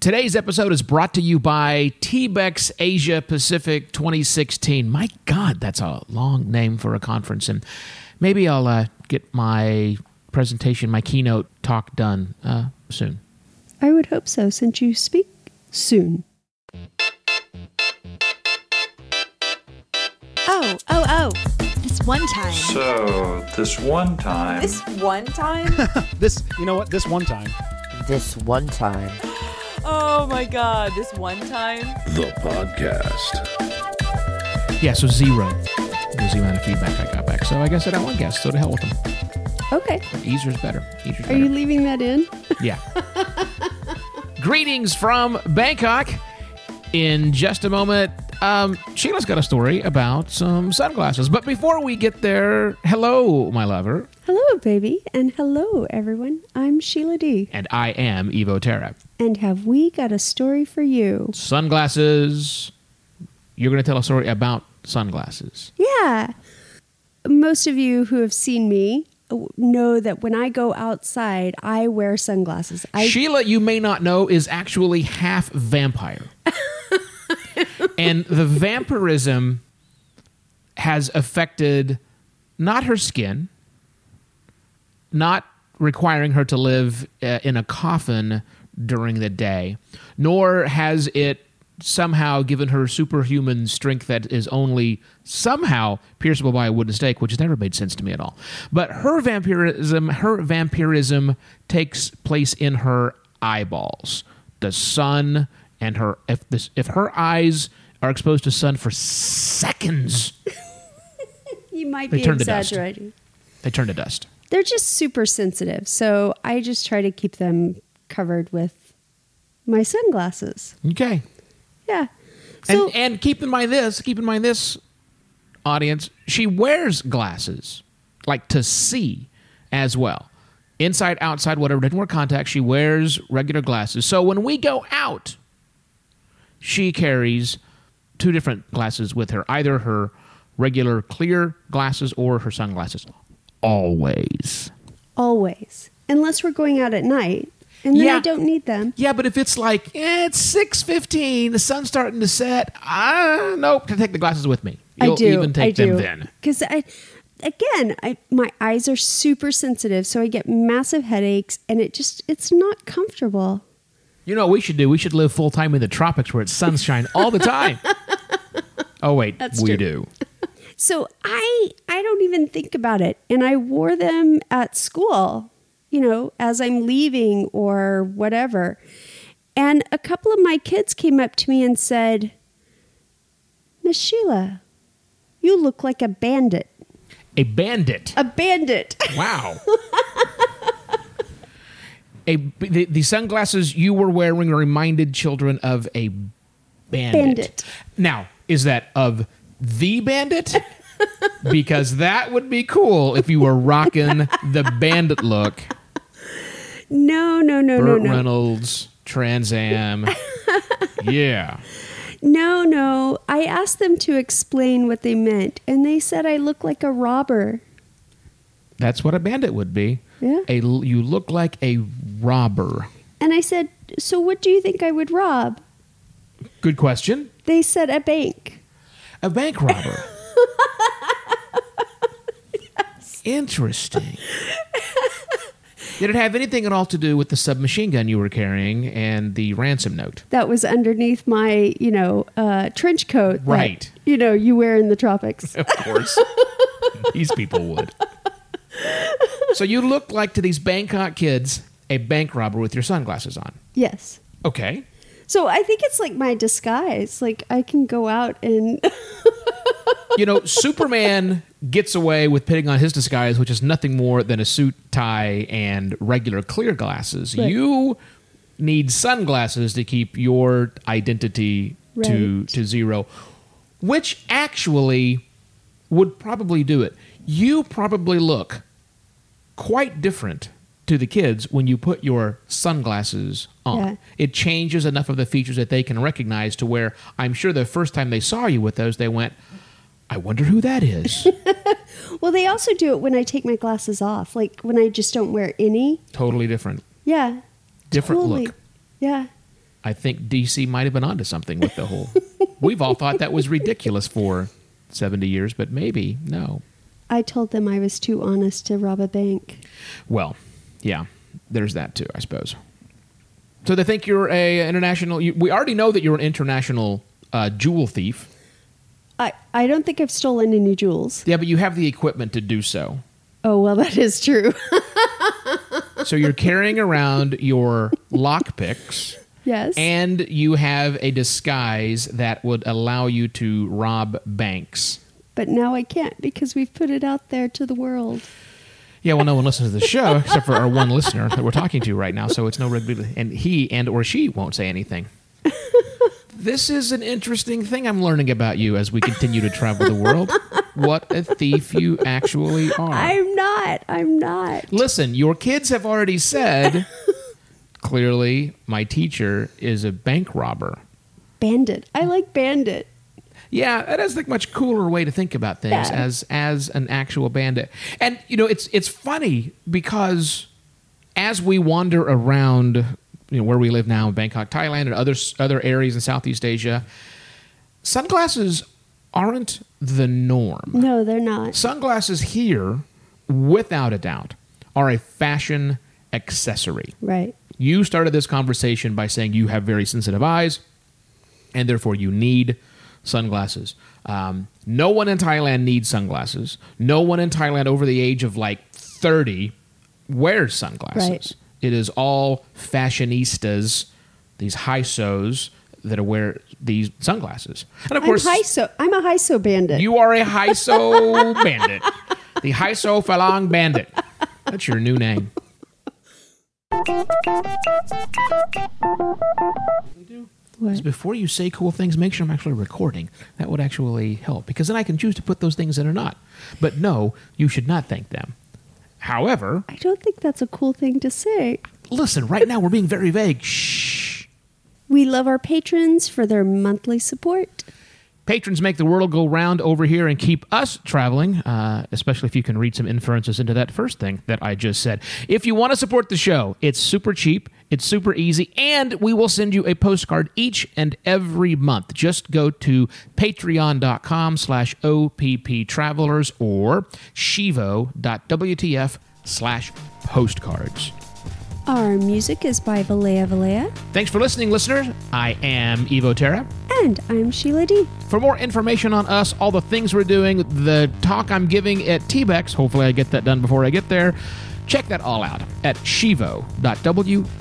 Today's episode is brought to you by TBEX Asia Pacific 2016. My God, that's a long name for a conference. And maybe I'll uh, get my presentation, my keynote talk done uh, soon. I would hope so, since you speak soon. Oh, oh, oh. This one time. So, this one time. This one time? This, you know what? This one time. This one time. oh my god, this one time? The podcast. Yeah, so zero was the amount of feedback I got back. So I guess I don't want guests, so to hell with them. Okay. Easier's better. Easier's Are better. you leaving that in? Yeah. Greetings from Bangkok. In just a moment, um, Sheila's got a story about some sunglasses. But before we get there, hello, my lover, Hello, baby, and hello, everyone. I'm Sheila D, and I am Evo Terra. and have we got a story for you? Sunglasses. You're going to tell a story about sunglasses. Yeah. Most of you who have seen me know that when I go outside, I wear sunglasses. I Sheila, you may not know, is actually half vampire. and the vampirism has affected not her skin, not requiring her to live uh, in a coffin during the day, nor has it somehow given her superhuman strength that is only somehow pierceable by a wooden stake, which has never made sense to me at all. But her vampirism, her vampirism takes place in her eyeballs, the sun, and her if this if her eyes are exposed to sun for seconds, you might They be turn to dust. exaggerating. they turn to dust. They're just super sensitive, so I just try to keep them covered with my sunglasses. Okay. Yeah. So And, and keep in mind this, keep in mind this, audience, she wears glasses, like to see as well. Inside, outside, whatever, doesn't wear contacts. She wears regular glasses. So when we go out, she carries two different glasses with her either her regular clear glasses or her sunglasses. Always. always, unless we're going out at night, and then Yeah. I don't need them. Yeah, but if it's like, eh, it's six fifteen, the sun's starting to set. Ah, nope, can take the glasses with me. You'll I do. even take I do. them then. Because I, again, I my eyes are super sensitive, so I get massive headaches, and it just it's not comfortable. You know what we should do? We should live full time in the tropics where it's sunshine all the time. oh wait, we true. do. So I I don't even think about it, and I wore them at school, you know, as I'm leaving or whatever. And a couple of my kids came up to me and said, "Miss Sheila, you look like a bandit." A bandit. A bandit. Wow. a the, the sunglasses you were wearing reminded children of a bandit. Bandit. Now, is that of the bandit? because that would be cool if you were rocking the bandit look. No, no, no, Burt no, no. Reynolds, Trans Am. yeah. No, no. I asked them to explain what they meant, and they said I look like a robber. That's what a bandit would be. Yeah. A you look like a robber. And I said, So what do you think I would rob? Good question. They said a bank. A bank robber. Interesting. Did it have anything at all to do with the submachine gun you were carrying and the ransom note? That was underneath my, you know, uh, trench coat. that, Right. you know, you wear in the tropics. Of course. these people would. So you look like to these Bangkok kids a bank robber with your sunglasses on. yes. Okay. So I think it's like my disguise. Like I can go out and you know, Superman gets away with putting on his disguise, which is nothing more than a suit, tie, and regular clear glasses. Right. You need sunglasses to keep your identity to Right. to zero, which actually would probably do it. You probably look quite different to the kids when you put your sunglasses on. Yeah. It changes enough of the features that they can recognize to where I'm sure the first time they saw you with those, they went, I wonder who that is. well, they also do it when I take my glasses off, like when I just don't wear any. totally different. Yeah. Different Totally. look. Yeah. I think DC might have been onto something with the whole. We've all thought that was ridiculous for 70 years, but maybe no. I told them I was too honest to rob a bank. Well, yeah, there's that too, I suppose. So they think you're a international. You, we already know that you're an international uh, jewel thief. I, I don't think I've stolen any jewels. Yeah, but you have the equipment to do so. Oh, well, that is true. So you're carrying around your lockpicks, yes. and you have a disguise that would allow you to rob banks. but now I can't because we've put it out there to the world. Yeah, well, no one listens to the show except for our one listener that we're talking to right now, so it's no big deal. And he and or she won't say anything. this is an interesting thing I'm learning about you as we continue to travel the world. What a thief you actually are. I'm not. I'm not. Listen, your kids have already said clearly my teacher is a bank robber. Bandit. I like Bandit. Yeah, that is like much cooler way to think about things Yeah. as as an actual bandit. And you know, it's it's funny because as we wander around, you know, where we live now in Bangkok, Thailand, and other s- other areas in Southeast Asia, sunglasses aren't the norm. No, they're not. Sunglasses here, without a doubt, are a fashion accessory. Right. You started this conversation by saying you have very sensitive eyes, and therefore you need sunglasses. Um, no one in Thailand needs sunglasses. No one in Thailand over the age of like 30 wears sunglasses. Right. It is all fashionistas, these high sos that wear these sunglasses. And of I'm course, high so I'm a high so bandit. you are a Hyso bandit. The Hyso Falang bandit. That's your new name. Is what? Before you say cool things, make sure I'm actually recording. That would actually help because then I can choose to put those things in or not. But no, you should not thank them. However, I don't think that's a cool thing to say. listen, right now we're being very vague. Shh. We love our patrons for their monthly support. Patrons make the world go round over here and keep us traveling, uh, especially if you can read some inferences into that first thing that I just said. If you want to support the show, it's super cheap, it's super easy, and we will send you a postcard each and every month. Just go to patreon.com slash opptravelers or shivo.wtf slash postcards. Our music is by Valea Valea, Thanks for listening, listeners. I am Evo Terra. and I'm Sheila D. For more information on us, all the things we're doing, the talk I'm giving at TBEX, hopefully I get that done before I get there, check that all out at shivo.wtf.